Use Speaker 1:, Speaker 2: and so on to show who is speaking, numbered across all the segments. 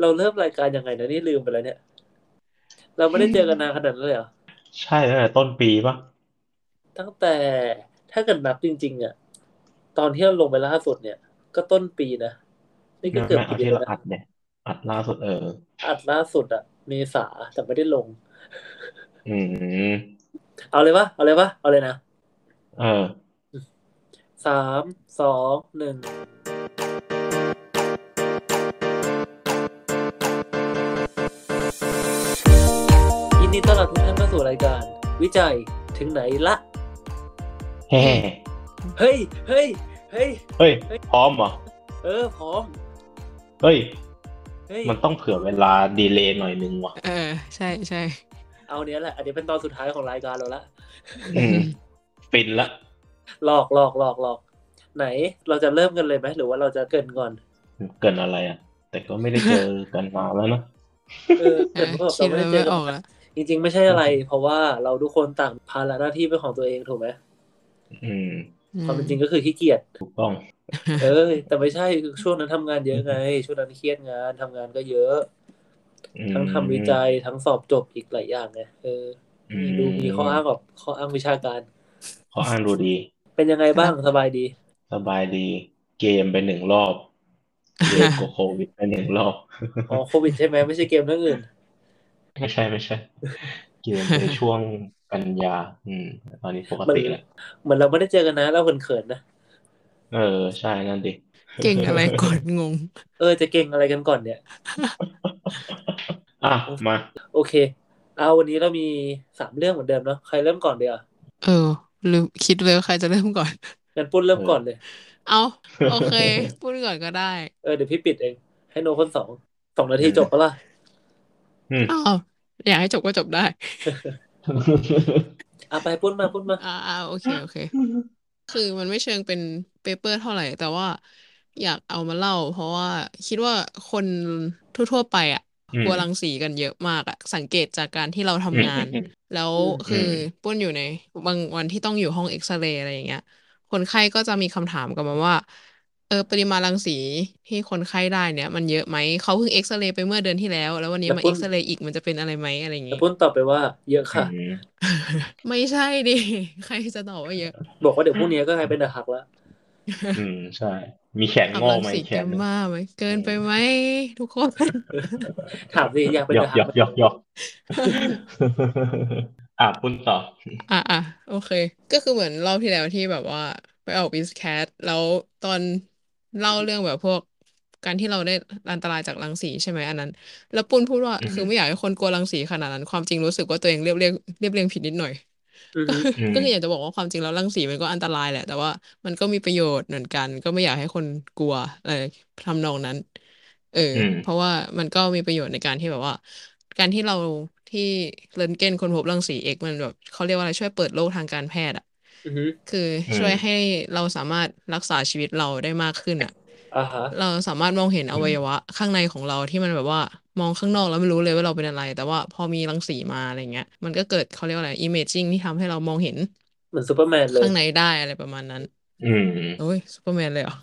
Speaker 1: เราเริ่มรายการยังไงนะนี่ลืมไปแล้วเนี่ย เราไม่ได้เจอกันนานขนาดนั้นเลยเหรอ
Speaker 2: ใช่ตั้งแต่ต้นปีปะ
Speaker 1: ตั้งแต่ถ้าเกิดนับจริงๆอ่ะตอนที่เราลงไปล่าสุดเนี่ย ก็ต้นปีนะ นี่ก็เกือบ
Speaker 2: แม่เอา
Speaker 1: ปี
Speaker 2: ที่
Speaker 1: แล้วนะ
Speaker 2: เราอัดเนี่ย อัดล่าสุดเออ
Speaker 1: อัดล่าสุดอ่ะเมษาแต่ไม่ได้ลง
Speaker 2: อืม
Speaker 1: เอาเลยปะเอาเลยปะเอาเลยนะ
Speaker 2: เออ
Speaker 1: สามสองหนึ่งยินดีต้อนรับทุกท่านเข้าสู่รายการ วิจัยถึงไหนละ
Speaker 2: แฮ่
Speaker 1: เฮ้ยเฮ้ยเฮ้ย
Speaker 2: เฮ้ย พร้อมเหรอ
Speaker 1: เออพร้อม
Speaker 2: เฮ้ย
Speaker 1: เฮ้ย
Speaker 2: มันต้องเผื่อเวลาดีเลย์หน่อยนึงว่ะ
Speaker 3: เออ ใช่ใช่
Speaker 1: เอาเนี้ยแหละ อันนี้เป็นตอนสุดท้ายของรายการเราละ
Speaker 2: อืม ฟินละ
Speaker 1: หลอกหลอกหลอกหลอก ไหนเราจะเริ่มกันเลยไหมหรือว่าเราจะเกรินก่อน
Speaker 2: เกินอะไรอ่ะ แต่ก็ไม่ได้เจอกันนานแล้วนะ
Speaker 1: เออเกรินก็แบบ
Speaker 3: คิ
Speaker 1: เรา
Speaker 3: ด
Speaker 1: ไม่
Speaker 3: ว่า
Speaker 1: ได้เจ
Speaker 3: ไม่
Speaker 1: อกั
Speaker 3: อน อกละ
Speaker 1: จริง ๆ ไม่ใช่อะไร เพราะว่าเราทุกคนต่างภาระหน้าที่เป็นของตัวเองถูกไหม
Speaker 2: อืม
Speaker 3: อื
Speaker 1: ความเป็นจริงก็คือขี้เกียจ
Speaker 2: ถูกต้อง
Speaker 1: เอ้ยแต่ไม่ใช่คือช่วงนั้นทำงานเยอะไง ช่วงนั้นเครียดงานทำงานก็เยอะ
Speaker 2: อืม
Speaker 1: ทั้งทำวิจัยทั้งสอบจบอีกหลายอย่างไงเออ
Speaker 2: อื
Speaker 1: มีดูมีข้ออ้างแบบข้ออ้างวิชาการ
Speaker 2: ข้ออ้างดูดี
Speaker 1: เป็นยังไง บ้างสบายดี
Speaker 2: สบายดี เกมไปหนึ่งรอบเกมกับโควิดไปหนึ่งรอบ
Speaker 1: อ๋อโควิดใช่ไหมไม่ใช่เกมเรื่องอื่น
Speaker 2: ไม่ใช่ไม่ใช่ เกมในช่วงกันยา อืม ตอนนี้ปกติแล้ว
Speaker 1: เหมือนเราไม่ได้เจอกันนะ เราเขินๆนะ
Speaker 2: เออ ใช่นั่นดิ
Speaker 3: เก่งอะไรกดงง
Speaker 1: เออจะเก่งอะไรกันก่อนเนี่ย
Speaker 2: อ่ะ มา
Speaker 1: โอเค เอาวันนี้เรามีสามเรื่องเหมือนเดิมเนาะใครเริ่มก่อนเดียว
Speaker 3: เออลืมคิดเลยว่าใครจะเริ่มก่อน
Speaker 1: งั้นปุ้นเริ่มก่อนเลย
Speaker 3: เอาโอเค พูดก่อนก็ได้
Speaker 1: เออเดี๋ยวพี่ปิดเอง ให้โนคนสองสองนาทีจบปะล่ะ
Speaker 2: อืม
Speaker 3: อ้าวอยากให้จบก็จบได้
Speaker 1: อ่ะไปปุ้นมาปุ้นมา
Speaker 3: อ่าอ่าโอเคโอเค คือมันไม่เชิงเป็นเปเปอร์เท่าไหร่ แต่ว่าอยากเอามาเล่า เพราะว่าคิดว่าคนทั่วๆไปอ่ะ
Speaker 2: อืม
Speaker 3: กลัวรังสีกันเยอะมากอ่ะ สังเกตจากการที่เรา
Speaker 2: อืม
Speaker 3: ทำงาน
Speaker 2: อืม
Speaker 3: แล้ว
Speaker 1: อืม
Speaker 3: คือปุ้นอยู่ใน บางวันที่ต้องอยู่ห้องเอ็กซเรย์อะไรอย่างเงี้ย คนไข้ก็จะมีคำถามกลับมาว่า เออปริมาณรังสีที่คนไข้ได้เนี่ย มันเยอะไหมเขาเพิ่งเอ็กซเรย์ไปเมื่อเดือนที่แล้ว แล้ววันนี้
Speaker 1: แล้ว
Speaker 3: มา
Speaker 1: ปุ้
Speaker 3: เอ็
Speaker 1: น
Speaker 3: กซเรย์อีกมันจะเป็นอะไรไหมอะไรอย่าง
Speaker 1: แต่
Speaker 3: งี้
Speaker 1: ปุ้นตอบไปว่าเยอะค่ะ
Speaker 3: ไม่ใช่ดิ ใครจะตอบว่าเยอะ
Speaker 1: บอกว่าเดี๋ยวพรุ่งนี้ก็กลายเป็นดาหักละ
Speaker 2: อืม ใช่ มีแขนง
Speaker 3: ทำ
Speaker 2: อ
Speaker 3: รั
Speaker 2: ก
Speaker 3: ง
Speaker 2: มา
Speaker 3: สี
Speaker 2: อีกแข
Speaker 3: เกิ
Speaker 2: น
Speaker 3: น
Speaker 2: หนึ่ง
Speaker 3: บ้าไหมเกินไปไหมทุกคน
Speaker 1: ถามสิอยากเป็น
Speaker 2: หยอ
Speaker 1: ดาก หั
Speaker 2: หย
Speaker 1: ก
Speaker 2: อก
Speaker 1: ไหม
Speaker 2: หยอกหยอกอ่ะพุ่นต่อ
Speaker 3: อ่ะอ่ะโอเค ก็คือเหมือนรอบที่แล้วที่แบบว่า ไปออกวิสแคทแล้วตอนเล่าเรื่องแบบพวกการที่เราได้อันตรายจากรังสีใช่ไหมอันนั้น แล้วปุ้นพูดว่า
Speaker 2: อืม
Speaker 3: คือไม่อยากให้คนกลัวรังสีขนาดนั้น ความจริงรู้สึกว่าตัวเองเรียบเรียงเรียบเรียงผิดนิดหน่อย
Speaker 1: อือหือ
Speaker 2: อืม
Speaker 3: ก็คืออยากจะบอกว่าความจริงแล้วรังสีมันก็อันตรายแหละ แต่ว่ามันก็มีประโยชน์เหมือนกัน ก็ไม่อยากให้คนกลัวอะไรทำนองนั้น เออ
Speaker 2: อืม
Speaker 3: เพราะว่ามันก็มีประโยชน์ในการที่แบบว่า การที่เราที่เรนเก้นค้นพบรังสีเอกมันแบบเขาเรียกว่าอะไรช่วยเปิดโลกทางการแพทย์อ่ะ
Speaker 1: อือหือ
Speaker 3: คือ
Speaker 2: อื
Speaker 3: ช่
Speaker 2: ม
Speaker 3: วยให้เราสามารถรักษาชีวิตเราได้มากขึ้นอ่ะ
Speaker 1: อ่าฮะ
Speaker 3: เราสามารถมองเห็นอ
Speaker 2: อื
Speaker 3: วั
Speaker 2: ม
Speaker 3: ยวะข้างในของเราที่มันแบบว่ามองข้างนอกแล้วไม่รู้เลยว่าเราเป็นอะไร แต่ว่าพอมีรังสีมาอะไรเงี้ย มันก็เกิดเขาเรียกว่าอะไร imaging ที่ทำให้เรามองเห็น
Speaker 1: เหมือนซูเปอร์แมนเลย
Speaker 3: ข้างในได้อะไรประมาณนั้น
Speaker 2: อืม
Speaker 3: โอ้ยซูเปอร์แมนเลยเหรอ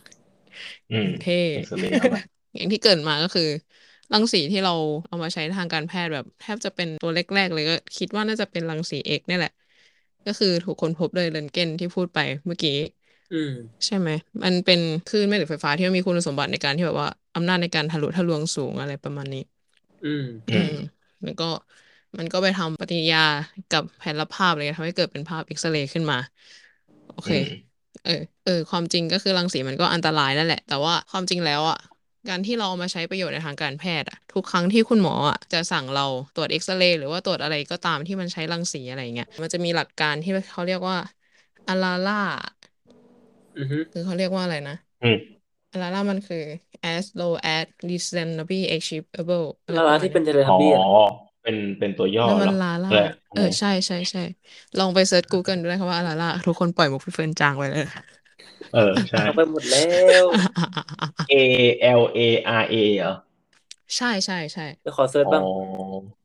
Speaker 2: อืม
Speaker 3: เท่
Speaker 2: เอ็กซเรย์ละ
Speaker 3: อย่างที่เกริดมาก็คือรังสีที่เราเอามาใช้ทางการแพทย์แบบแทบจะเป็นตัวแรกๆเลยก็คิดว่าน่าจะเป็นรังสีเอกเนี่ยแหละ ก็คือถูกค้นพบโดยเรนเกนที่พูดไปเมื่อกี้
Speaker 1: อืม
Speaker 3: ใช่ไหม มันเป็นคลื่นแม่เหล็กไฟฟ้าที่มันมีคุณสมบัติในการที่แบบว่าอำนาจในการทะลุทะลวงสูงอะไรประมาณนี้
Speaker 1: อืม
Speaker 2: อื
Speaker 3: อื
Speaker 2: ม
Speaker 3: มแล้วก็มันก็ไปทำปฏิกิริยากับแผ่นรับภาพอะไรเงี้ยทำให้เกิดเป็นภาพเอ็กซเรย์ขึ้นมา โอ
Speaker 2: อื
Speaker 3: เค
Speaker 2: ม
Speaker 3: เออเออ ความจริงก็คือรังสีมันก็อันตรายนั่นแหละ แต่ว่าความจริงแล้วอ่ะ การที่เราเอามาใช้ประโยชน์ในทางการแพทย์อ่ะ ทุกครั้งที่คุณหมออ่ะจะสั่งเราตรวจเอ็กซเรย์หรือว่าตรวจอะไรก็ตามที่มันใช้รังสีอะไรเงี้ย มันจะมีหลักการที่เขาเรียกว่าอาราล่า
Speaker 1: อือหือ
Speaker 3: คือเขาเรียกว่าอะไรนะ
Speaker 2: อืม
Speaker 3: อาราล่ามันคือ as low as reasonably achievable อะไร
Speaker 1: ลา
Speaker 3: ประ
Speaker 1: ลา
Speaker 3: มาณ
Speaker 1: ที่
Speaker 3: เนี้
Speaker 1: เป็
Speaker 3: ย
Speaker 1: นเทเล
Speaker 2: อ๋
Speaker 1: ทั
Speaker 2: อบ
Speaker 1: บี้อะนะ
Speaker 2: เป็นเป็นตัวย่อ
Speaker 3: นั่น
Speaker 2: เหร
Speaker 3: มัน
Speaker 2: อ
Speaker 3: ลาล่า
Speaker 2: แหละ
Speaker 3: เออ ใช่ใช่ใช่ ลองไปเซิร์ช Google ดูได้คำว่าลาล่า ทุกคนปล่อยมุกพี่เฟิร์นจางไปเลย
Speaker 2: เออ ใช่
Speaker 1: เอาไปหมดแล้ว
Speaker 3: อ่ะอ่ะอ่ะอ่ะอ่ะ
Speaker 2: A L A R A เหรอ
Speaker 3: ใช่ใช่ใช่
Speaker 1: เดี๋ยวขอเซิร์ช
Speaker 2: อ๋อ
Speaker 1: บ้าง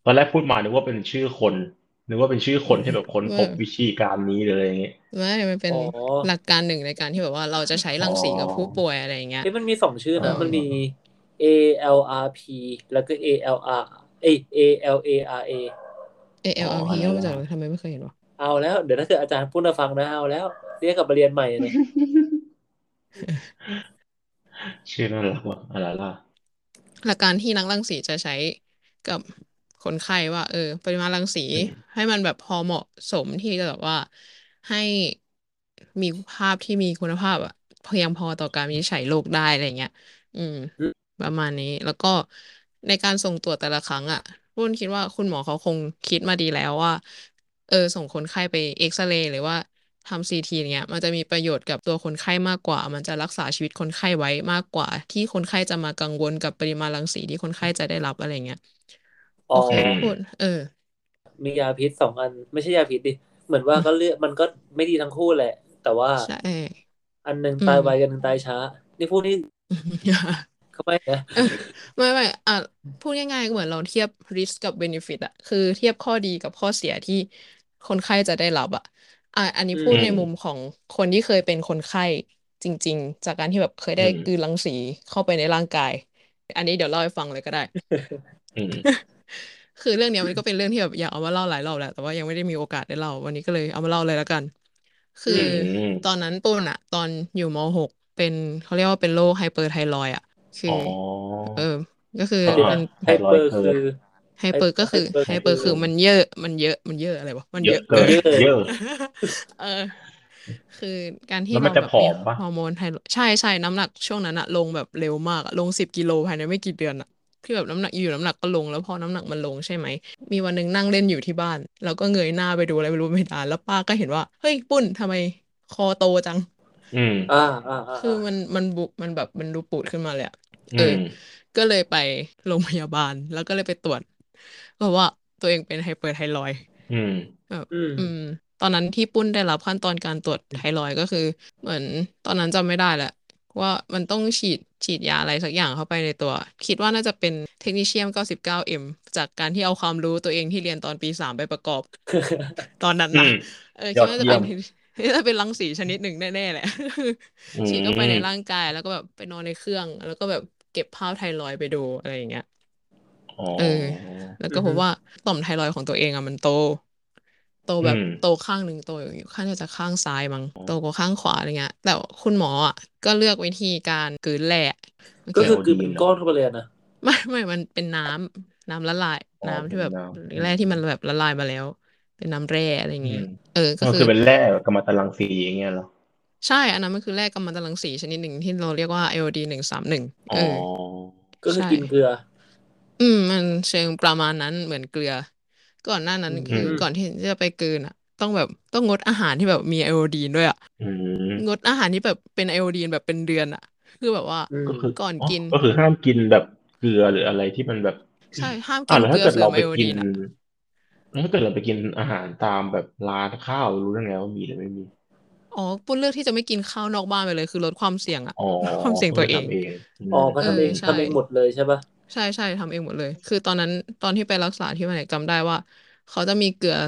Speaker 2: ตอนแรกพูดมานึกว่าเป็นชื่อคนนึกว่าเป็นชื่อคนที่แบบค้นพ
Speaker 3: ว่า
Speaker 2: บวิธีการนี้หรืออะไรอย่างเงี้ย
Speaker 3: ไม่มันเป็น
Speaker 1: อ๋อ
Speaker 3: หลักการหนึ่งในการที่แบบว่าเราจะใช้
Speaker 2: อ๋
Speaker 3: รั
Speaker 2: อ
Speaker 3: งสีกับผู้ป่วยอะไรอย่างเงี้ย
Speaker 1: เฮ้ยมันมีสองชื่อ
Speaker 2: เออ
Speaker 1: นะ มันมี ALRP แล้วก็ ALR เอย ALARA
Speaker 3: ALRP
Speaker 2: อ๋อ
Speaker 3: ย่อมาจากอะไรทำไมไม่เคยเห็นวะ
Speaker 1: เอาแล้ว เดี๋ยวถ้าเกิดอาจารย์พูดมาฟังนะเอาแล้ว เรียกกลับมาเรียนใหม่ นะ
Speaker 2: ชื่อน่ารักว่ะอาราล่า
Speaker 3: หลักการที่นักรังสีจะใช้กับคนไข้ว่า เออ ปริมาณรังสี ให้มันแบบพอเหมาะสมที่จะแบบว่าให้มีภาพที่มีคุณภาพอะเพียงพอต่อการวินิจฉัยโรคได้อะไรเงี้ย อืม
Speaker 1: อืม
Speaker 3: ประมาณนี้ แล้วก็ในการส่งตรวจแต่ละครั้งอะรุ่นคิดว่าคุณหมอเขาคงคิดมาดีแล้วว่า เออ ส่งคนไข้ไปเอ็กซเรย์หรือว่าทำซีทีเงี้ย มันจะมีประโยชน์กับตัวคนไข้มากกว่า มันจะรักษาชีวิตคนไข้ไว้มากกว่า ที่คนไข้จะมากังวลกับปริมาณรังสีที่คนไข้จะได้รับอะไรเงี้ย
Speaker 1: อ๋อ
Speaker 3: โอเคพูดเออ
Speaker 1: มียาพิษสองอัน ไม่ใช่ยาพิษดิ เหมือนว่าก็เลือกมันก็ไม่ดีทั้งคู่แหละ แต่ว่า
Speaker 3: ใช่
Speaker 1: อันหนึ่ง
Speaker 3: อืม
Speaker 1: ตายไวกันหนึ่งตายช้า นี่พูดนี่เข้าไปนะ
Speaker 3: เออไม่ไม่อ่ะพูดง่ายๆเหมือนเราเทียบ risk กับ benefit อะคือเทียบข้อดีกับข้อเสียที่คนไข้จะได้รับอะอ่ะอันนี้พูดในมุมของคนที่เคยเป็นคนไข้จริง ๆ จากการที่แบบเคยได้กลืนรังสีเข้าไปในร่างกาย อันนี้เดี๋ยวเล่าให้ฟังเลยก็ได้
Speaker 2: อืม
Speaker 3: คือเรื่องเนี้ยมันก็เป็นเรื่องที่แบบอยากเอามาเล่าหลายรอบแล้วแต่ว่ายังไม่ได้มีโอกาสได้เล่าวันนี้ก็เลยเอามาเล่าเลยแล้วกัน คือ
Speaker 2: อืม
Speaker 3: ตอนนั้นปูนอะตอนอยู่มหกเป็นเขาเรียกว่าเป็นโรคไฮเปอร์ไทรอยด์อะคือ
Speaker 2: อ๋อ
Speaker 3: อเออ ก็คือ
Speaker 2: เดี๋ยวนะ
Speaker 3: เป็
Speaker 1: ไฮ
Speaker 3: น
Speaker 1: เปอร์คือ
Speaker 3: ไฮเปอร์ก็คือไฮ
Speaker 1: ไฮ
Speaker 3: เป
Speaker 1: เป
Speaker 3: อ
Speaker 1: อร์
Speaker 3: ร์คือมันเยอะ มันเยอะมันเยอะอะไรวะมัน
Speaker 2: เย
Speaker 3: เย
Speaker 2: อะ
Speaker 3: อะ
Speaker 2: เกิน
Speaker 3: เยอะ
Speaker 2: เยอะ
Speaker 3: เออ คือการที่
Speaker 2: แล้วมัน
Speaker 3: เราแบบ
Speaker 2: จะผอมปะ
Speaker 3: ฮอร์โมนไทรอยด์ใช่ใช่น้ำหนักช่วงนั้นอะลงแบบเร็วมากอะลงสิบกิโลภายในไม่กี่เดือนอะคือแบบน้ำหนักอยู่ๆน้ำหนักก็ลงแล้วพอน้ำหนักมันลงใช่ไหม มีวันหนึ่งนั่งเล่นอยู่ที่บ้าน แล้วก็เงยหน้าไปดูอะไรไม่รู้ไม่ดานแล้วป้าก็เห็นว่า เฮ้ยปุ้นทำไมคอโตจัง
Speaker 2: อืม
Speaker 1: อ่าอ่าอ่า
Speaker 3: คือมันมันบุมันแบบมันดูปูดขึ้นมาเลยอะ เอ
Speaker 2: อื
Speaker 3: อ
Speaker 2: ม
Speaker 3: ก็เลยไปโรงพยาบาลแล้วก็เลยไปตรวจเพราะว่าตัวเองเป็นไฮเปอร์ไทรอยด์
Speaker 2: อืม
Speaker 3: แบบ
Speaker 1: อืม
Speaker 3: อืม ตอนนั้นที่ปุ้นได้รับขั้นตอนการตรวจไทรอยด์ก็คือ เหมือนตอนนั้นจำไม่ได้แหละว่ามันต้องฉีดฉีดยาอะไรสักอย่างเข้าไปในตัว คิดว่าน่าจะเป็นเทคนิเชียม 99M จากการที่เอาความรู้ตัวเองที่เรียนตอนปีสามไปประกอบ ตอนนั้น
Speaker 2: อื
Speaker 3: นะ
Speaker 2: ม
Speaker 3: เออย คิ
Speaker 2: อ
Speaker 3: ด
Speaker 2: ด
Speaker 3: ว่า
Speaker 2: เยี่ยม
Speaker 3: จะเป็นจะเป็น รังสีชนิดหนึ่งแน่ๆแหละ
Speaker 2: อื
Speaker 3: ฉีดเข้าไปใน
Speaker 2: ม
Speaker 3: ร่างกายแล้วก็แบบไปนอนในเครื่อง แล้วก็แบบเก็บภาพไทรอยด์ไปดูอะไรอย่างเงี้ย
Speaker 2: อ๋อ
Speaker 3: เออ แล้วก็พบว่าต่อมไทรอยด์ของตัวเองอะมันโต โต
Speaker 2: อื
Speaker 3: แบบ
Speaker 2: ม
Speaker 3: โตข้างหนึ่งโตอยู่ข้างน่าจะข้างซ้ายมั้งโตกว่าข้างขวาอะไรเงี้ย แต่คุณหมออะก็เลือกวิธีการกลืนแร่มัน
Speaker 1: ก็
Speaker 3: คือ
Speaker 1: คือคือเป็นก้อนเข้าไปเลยนะ
Speaker 3: ไม่ไม่มันเป็นน้ำน้ำละลาย
Speaker 2: อ๋อ
Speaker 3: น้ำที่แบบ
Speaker 2: เป็นน้ำ
Speaker 3: แร่ที่มันแบบละลายมาแล้ว เป็นน้ำแร่อะไรอย่าง
Speaker 2: อื
Speaker 3: เงี้ย
Speaker 2: ม
Speaker 3: เออก็
Speaker 2: มัน
Speaker 3: คือ
Speaker 2: คือเป็นแร่กัมมันตรังสีอย่างเงี้ยเหรอ
Speaker 3: ใช่ อันนั้นมันคือแร่กัมมันตรังสีชนิดหนึ่งที่เราเรียกว่า AOD หนึ่งสามหนึ่งเอ
Speaker 2: อ๋อ
Speaker 3: อ
Speaker 1: ก็คือ
Speaker 3: ใช่
Speaker 1: กินเกลือ
Speaker 3: อืมมันเชิงประมาณนั้นเหมือนเกลือ ก่อนหน้านั้น
Speaker 1: อืม
Speaker 3: คือก่อนที่จะไปกลืนอ่ะ ต้องแบบต้องงดอาหารที่แบบมีไอโอดีนด้วยอ่ะ
Speaker 2: อืม
Speaker 3: งดอาหารที่แบบเป็นไอโอดีนแบบเป็นเดือนอ่ะ คือแบบว่า
Speaker 1: อืม
Speaker 2: ก็คือ
Speaker 3: ก่อน
Speaker 2: อ๋อ
Speaker 3: กิน
Speaker 2: ก็คือห้ามกินแบบเกลือหรืออะไรที่มันแบบ
Speaker 3: ใช่ห้าม
Speaker 2: อ่า
Speaker 3: กิน
Speaker 2: แล้ว
Speaker 3: เก
Speaker 2: ถ้าเกิ
Speaker 3: ลือ
Speaker 2: ด
Speaker 3: เสริ
Speaker 2: เรา
Speaker 3: มไอ
Speaker 2: ไป
Speaker 3: โอ
Speaker 2: กิ
Speaker 3: ดี
Speaker 2: น
Speaker 3: นอ่ะ
Speaker 2: แล้วถ้าเกิดเราไปกินอาหารตามแบบร้านข้าวรู้ได้ไงว่ามีหรือไม่มี
Speaker 3: อ๋อปุ้นเลือกที่จะไม่กินข้าวนอกบ้านไปเลย คือลดความเสี่ยงอะ
Speaker 2: อ๋อ
Speaker 3: ลดความเสี่ยง
Speaker 2: ก็
Speaker 3: ตั
Speaker 2: คื
Speaker 3: ว
Speaker 2: อทำ
Speaker 3: เอง
Speaker 2: เองอื
Speaker 1: อ๋อ
Speaker 2: ม
Speaker 1: เพราะ
Speaker 3: เออ
Speaker 1: ทำเอง
Speaker 3: ใช่
Speaker 1: ทำเองหมดเลยใช่ปะ
Speaker 3: ใช่ใช่ทำเองหมดเลย คือตอนนั้นตอนที่ไปรักษาที่มันเนี่ยจำได้ว่า เขาจะมีเกลือ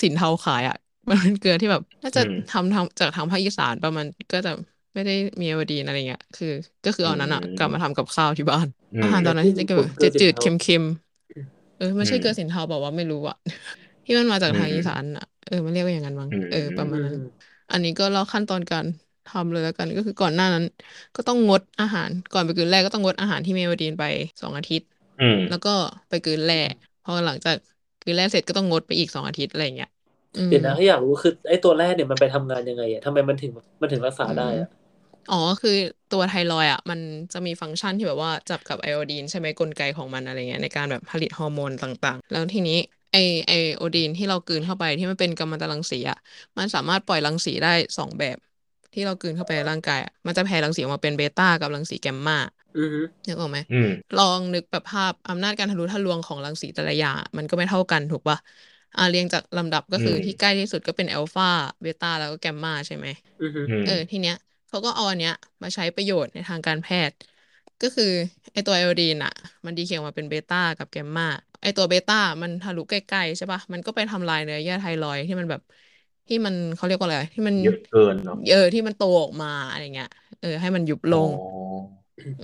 Speaker 3: สินเทาขายอ่ะ มันเป็นเกลือที่แบบน่า
Speaker 2: อื
Speaker 3: จะ
Speaker 2: ม
Speaker 3: ทำทางจากทางภาคอีสานประมาณก็จะไม่ได้มีไอโอดีนอะไรเงี้ยคือ ก็คือ
Speaker 2: อื
Speaker 3: เอาอันนั้นอ่ะกลับ
Speaker 2: ม
Speaker 3: มาทำกับข้าวที่บ้าน
Speaker 2: อื
Speaker 3: อาหาร
Speaker 2: ม
Speaker 3: ตอนนั้นที่จะเก
Speaker 1: พวกเกลื
Speaker 3: ื
Speaker 1: อ
Speaker 3: อ
Speaker 1: สิ
Speaker 3: จื
Speaker 1: น
Speaker 3: ดๆ
Speaker 1: เทา
Speaker 3: เค็มๆเออไม่
Speaker 2: อื
Speaker 3: ใช่
Speaker 2: ม
Speaker 3: เกลือสินเทาบอกว่าไม่รู้อ่ะ ที่มันมาจาก
Speaker 2: อื
Speaker 3: ทางอี
Speaker 2: ม
Speaker 3: สานอ่ะเออมันเรียกว่าอย่างนั้นมั้ง
Speaker 2: อื
Speaker 3: เออประ
Speaker 2: ม
Speaker 3: มา
Speaker 1: อื
Speaker 3: ณ
Speaker 1: ม
Speaker 3: นั้น
Speaker 1: อืม
Speaker 3: อันนี้ก็เล่าขั้นตอนการทำเลยแล้วกันก็คือก่อนหน้านั้น ก็ต้องงดอาหารก่อนไปกลืนแร่ก็ต้องงดอาหารที่มีไอโอดีนไปสองอาทิตย์
Speaker 2: อืม
Speaker 3: แล้วก็ไปกลืนแร่พอหลังจากกลืนแร่เสร็จก็ต้องงดไปอีกสองอาทิตย์อะไรอย่างเงี้ยอืม
Speaker 1: เดี๋ยวนะถ้าอยากรู้คือไอ้ตัวแรกเนี่ยมันไปทำงานยังไงอะทำไมมันถึงมันถึงรักษา
Speaker 3: อื
Speaker 1: ได้
Speaker 3: ม
Speaker 1: อะ
Speaker 3: อ๋อ คือตัวไทรอยด์อ่ะ มันจะมีฟังก์ชันที่แบบว่าจับกับไอโอดีนใช่ไหมกลไกของมันอะไรเงี้ยในการแบบผลิตฮอร์โมนต่างๆ แล้วทีนี้ไอไอโอดีนที่เรากลืนเข้าไปที่มันเป็นกัมมันตรังสีอ่ะ มันสามารถปล่อยรังสีได้สองแบบ ที่เรากลืนเข้าไปในร่างกายอะมันจะแผ่รังสีออกมาเป็นเบต้ากับรังสีแกมมา
Speaker 1: อือฮึ
Speaker 3: นึกออกไหม
Speaker 2: อืม
Speaker 3: ลองนึกแบบภาพอำนาจการทะลุทะลวงของรังสีแต่ละอย่างอะมันก็ไม่เท่ากันถูกป่ะอ่าเรียงจากลำดับก็
Speaker 2: อื
Speaker 3: คือ
Speaker 2: ม
Speaker 3: ที่ใกล้ที่สุดก็เป็นอัลฟาเบต้าแล้วก็แกมมาใช่ไหม
Speaker 1: อือฮึ
Speaker 2: อื
Speaker 3: เอ
Speaker 2: ม
Speaker 3: อ ทีเนี้ยเขาก็เอาอันเนี้ยมาใช้ประโยชน์ในทางการแพทย์ ก็คือไอตัวไอโอดีนอ่ะ มันดีเคออกมาเป็นเบต้ากับแกมมาไอตัวเบต้ามันทะลุใกล้ๆใช่ป่ะมันก็ไปทำลายเนื้อเยื่อไทรอยด์ที่มันแบบที่มันเขาเรียกว่าอะไรที่มัน
Speaker 2: เยอะเกินเนาะ
Speaker 3: เออที่มันโตออกมาอะไรเงี้ยเออให้มันยุบล
Speaker 2: อ๋อง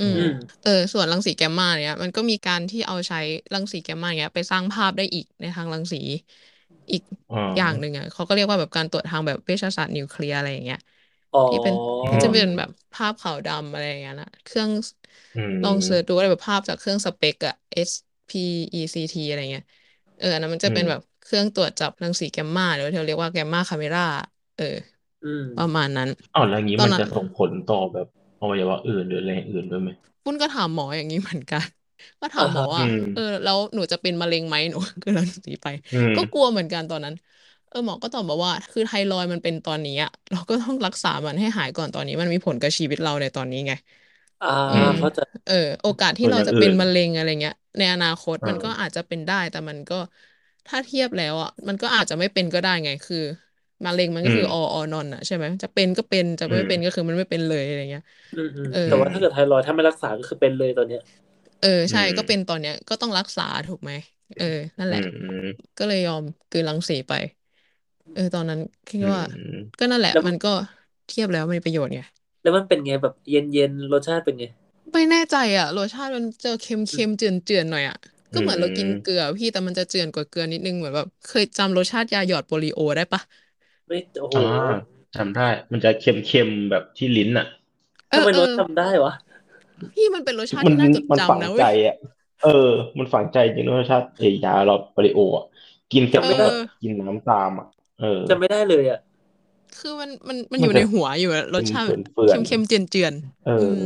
Speaker 3: อืม
Speaker 1: อืม
Speaker 3: เออส่วนรังสีแกมมาเนี่ยมันก็มีการที่เอาใช้รังสีแกมมาเนี่ยไปสร้างภาพได้อีกในทางรังสีอีก
Speaker 2: อ่า
Speaker 3: อย่างหนึ่งอ่ะเขาก็เรียกว่าแบบการตรวจทางแบบเวชศาสตร์นิวเคลียร์อะไรอย่างเงี้ย
Speaker 1: อ๋อ
Speaker 3: ที่เป็น
Speaker 2: อืม
Speaker 3: จะเป็นแบบภาพขาวดำอะไรอย่างเงี้ยนะเครื่อง
Speaker 2: อืม
Speaker 3: ลองเสิร์ชดูอะไรแบบภาพจากเครื่องสเปกอะ SPECT อะไรเงี้ยเอออันนั้นมันจะเป็นแบบเครื่องตรวจจับรังสีแกมมาหรือว่าที่เราเรียกว่าแกมมาคาเมราเออ
Speaker 1: อืม
Speaker 3: ประมาณนั้น
Speaker 2: อ้าวแล้วอย่างนี้
Speaker 3: ต
Speaker 2: มั
Speaker 3: อน
Speaker 2: น
Speaker 3: นั้น
Speaker 2: จะส่งผลต่อแบบอวัยวะอื่นหรืออะไรอื่นด้วยไหม
Speaker 3: ปุ้นก็ถามหมออย่างนี้เหมือนกัน ก็ถามหมอ
Speaker 2: อื
Speaker 3: ว่าม เออแล้วหนูจะเป็นมะเร็งไหมหนู คือรังสีไป
Speaker 2: อืม
Speaker 3: ก็กลัวเหมือนกันตอนนั้น เออหมอก็ตอบมาว่า คือไทรอยด์มันเป็นตอนนี้อะเราก็ต้องรักษามันให้หายก่อนตอนนี้ มันมีผลกับชีวิตเราในตอนนี้ไง
Speaker 1: อ่า
Speaker 3: อืม
Speaker 1: เข้าใจ
Speaker 3: เออ โอกาสที่
Speaker 2: ส่วน
Speaker 3: เรา
Speaker 2: อย่าง
Speaker 3: จะ
Speaker 2: อื่
Speaker 3: เป็น
Speaker 2: น
Speaker 3: มะเร็งอะไรเงี้ย ในอนาคต
Speaker 2: อ่า
Speaker 3: มันก็อาจจะเป็นได้ แต่มันก็ถ้าเทียบแล้วอ่ะมันก็อาจจะไม่เป็นก็ได้ไง คือมะเร็งมัน
Speaker 2: อื
Speaker 3: ก็
Speaker 2: ม
Speaker 3: คือออ นอนอ่ะใช่ไหมจะเป็นก็เป็นจะ
Speaker 2: อื
Speaker 3: ไม่
Speaker 2: ม
Speaker 3: เป็นก็คือมันไม่เป็นเลยอะไรเงี้ย
Speaker 1: อืมอืม
Speaker 3: เออ
Speaker 1: แต่ว่าถ้าเกิดไทรอยด์ถ้าไม่รักษาก็คือเป็นเลยตอนเนี้ย
Speaker 3: เออ
Speaker 2: อื
Speaker 3: ใช่
Speaker 2: ม
Speaker 3: ก็เป็นตอนเนี้ยก็ต้องรักษาถูกไหมเออ นั่น
Speaker 2: อื
Speaker 3: แหละ
Speaker 2: ม อืม
Speaker 3: ก็เลยยอมกลืนรังสีไป เออ ตอนนั้นคิด
Speaker 2: อื
Speaker 3: ว่า
Speaker 2: ม
Speaker 3: ก็นั่นแหละ
Speaker 1: แล้ว
Speaker 3: มันก็เทียบแล้วมันมีประโยชน์ไง
Speaker 1: แล้วมันเป็นไงแบบเย็นเย็นรสชาติเป็นไง
Speaker 3: ไม่แน่ใจอ่ะรสชาติมันจะเค็มเค็มเจือนเจือนๆหน่อยอ่ะ
Speaker 2: อื
Speaker 3: ก็เหมือนเรากิน
Speaker 2: ม
Speaker 3: เกลือพี่แต่มันจะเจือนกว่าเกลือนิดนึงเหมือนแบบเคยจำรสชาติยาหยอดโปลิโอได้ปะ
Speaker 1: ไม่โอ้โห
Speaker 2: อ่าจำได้ มันจะเค็มๆแบบที่ลิ้นอ่ะ
Speaker 3: เออ
Speaker 1: ทำไม
Speaker 3: เออ
Speaker 1: รสจำได้วะ
Speaker 3: พี่มันเป็นรสชาติ
Speaker 2: มัน
Speaker 3: ที่น่าจด
Speaker 2: มันฝัง
Speaker 3: จำนะ
Speaker 2: ใจ
Speaker 3: เว้ย
Speaker 2: อ่ะ เออ มันฝังใจจริงนะรสชาติไอ้ยาเราปริโออ่ะ กินเสร็จ
Speaker 3: เออ
Speaker 1: จำ
Speaker 2: แม่ง
Speaker 1: ไม่ได้
Speaker 2: แบบกินน้ำตามอ่ะ เออ
Speaker 1: จำไม่ได้เลยอ่ะ
Speaker 3: คือมันมันมันอ
Speaker 2: มัน
Speaker 3: ยู่
Speaker 2: จะ
Speaker 3: ในหัวอยู่อะร
Speaker 2: เค็ม
Speaker 3: สชาติ
Speaker 2: เฟื่
Speaker 3: มั
Speaker 2: อน นเฟื่อ
Speaker 3: เค็ม
Speaker 2: น
Speaker 3: เค็มเจือนเจือน
Speaker 2: เออ
Speaker 3: ๆอืม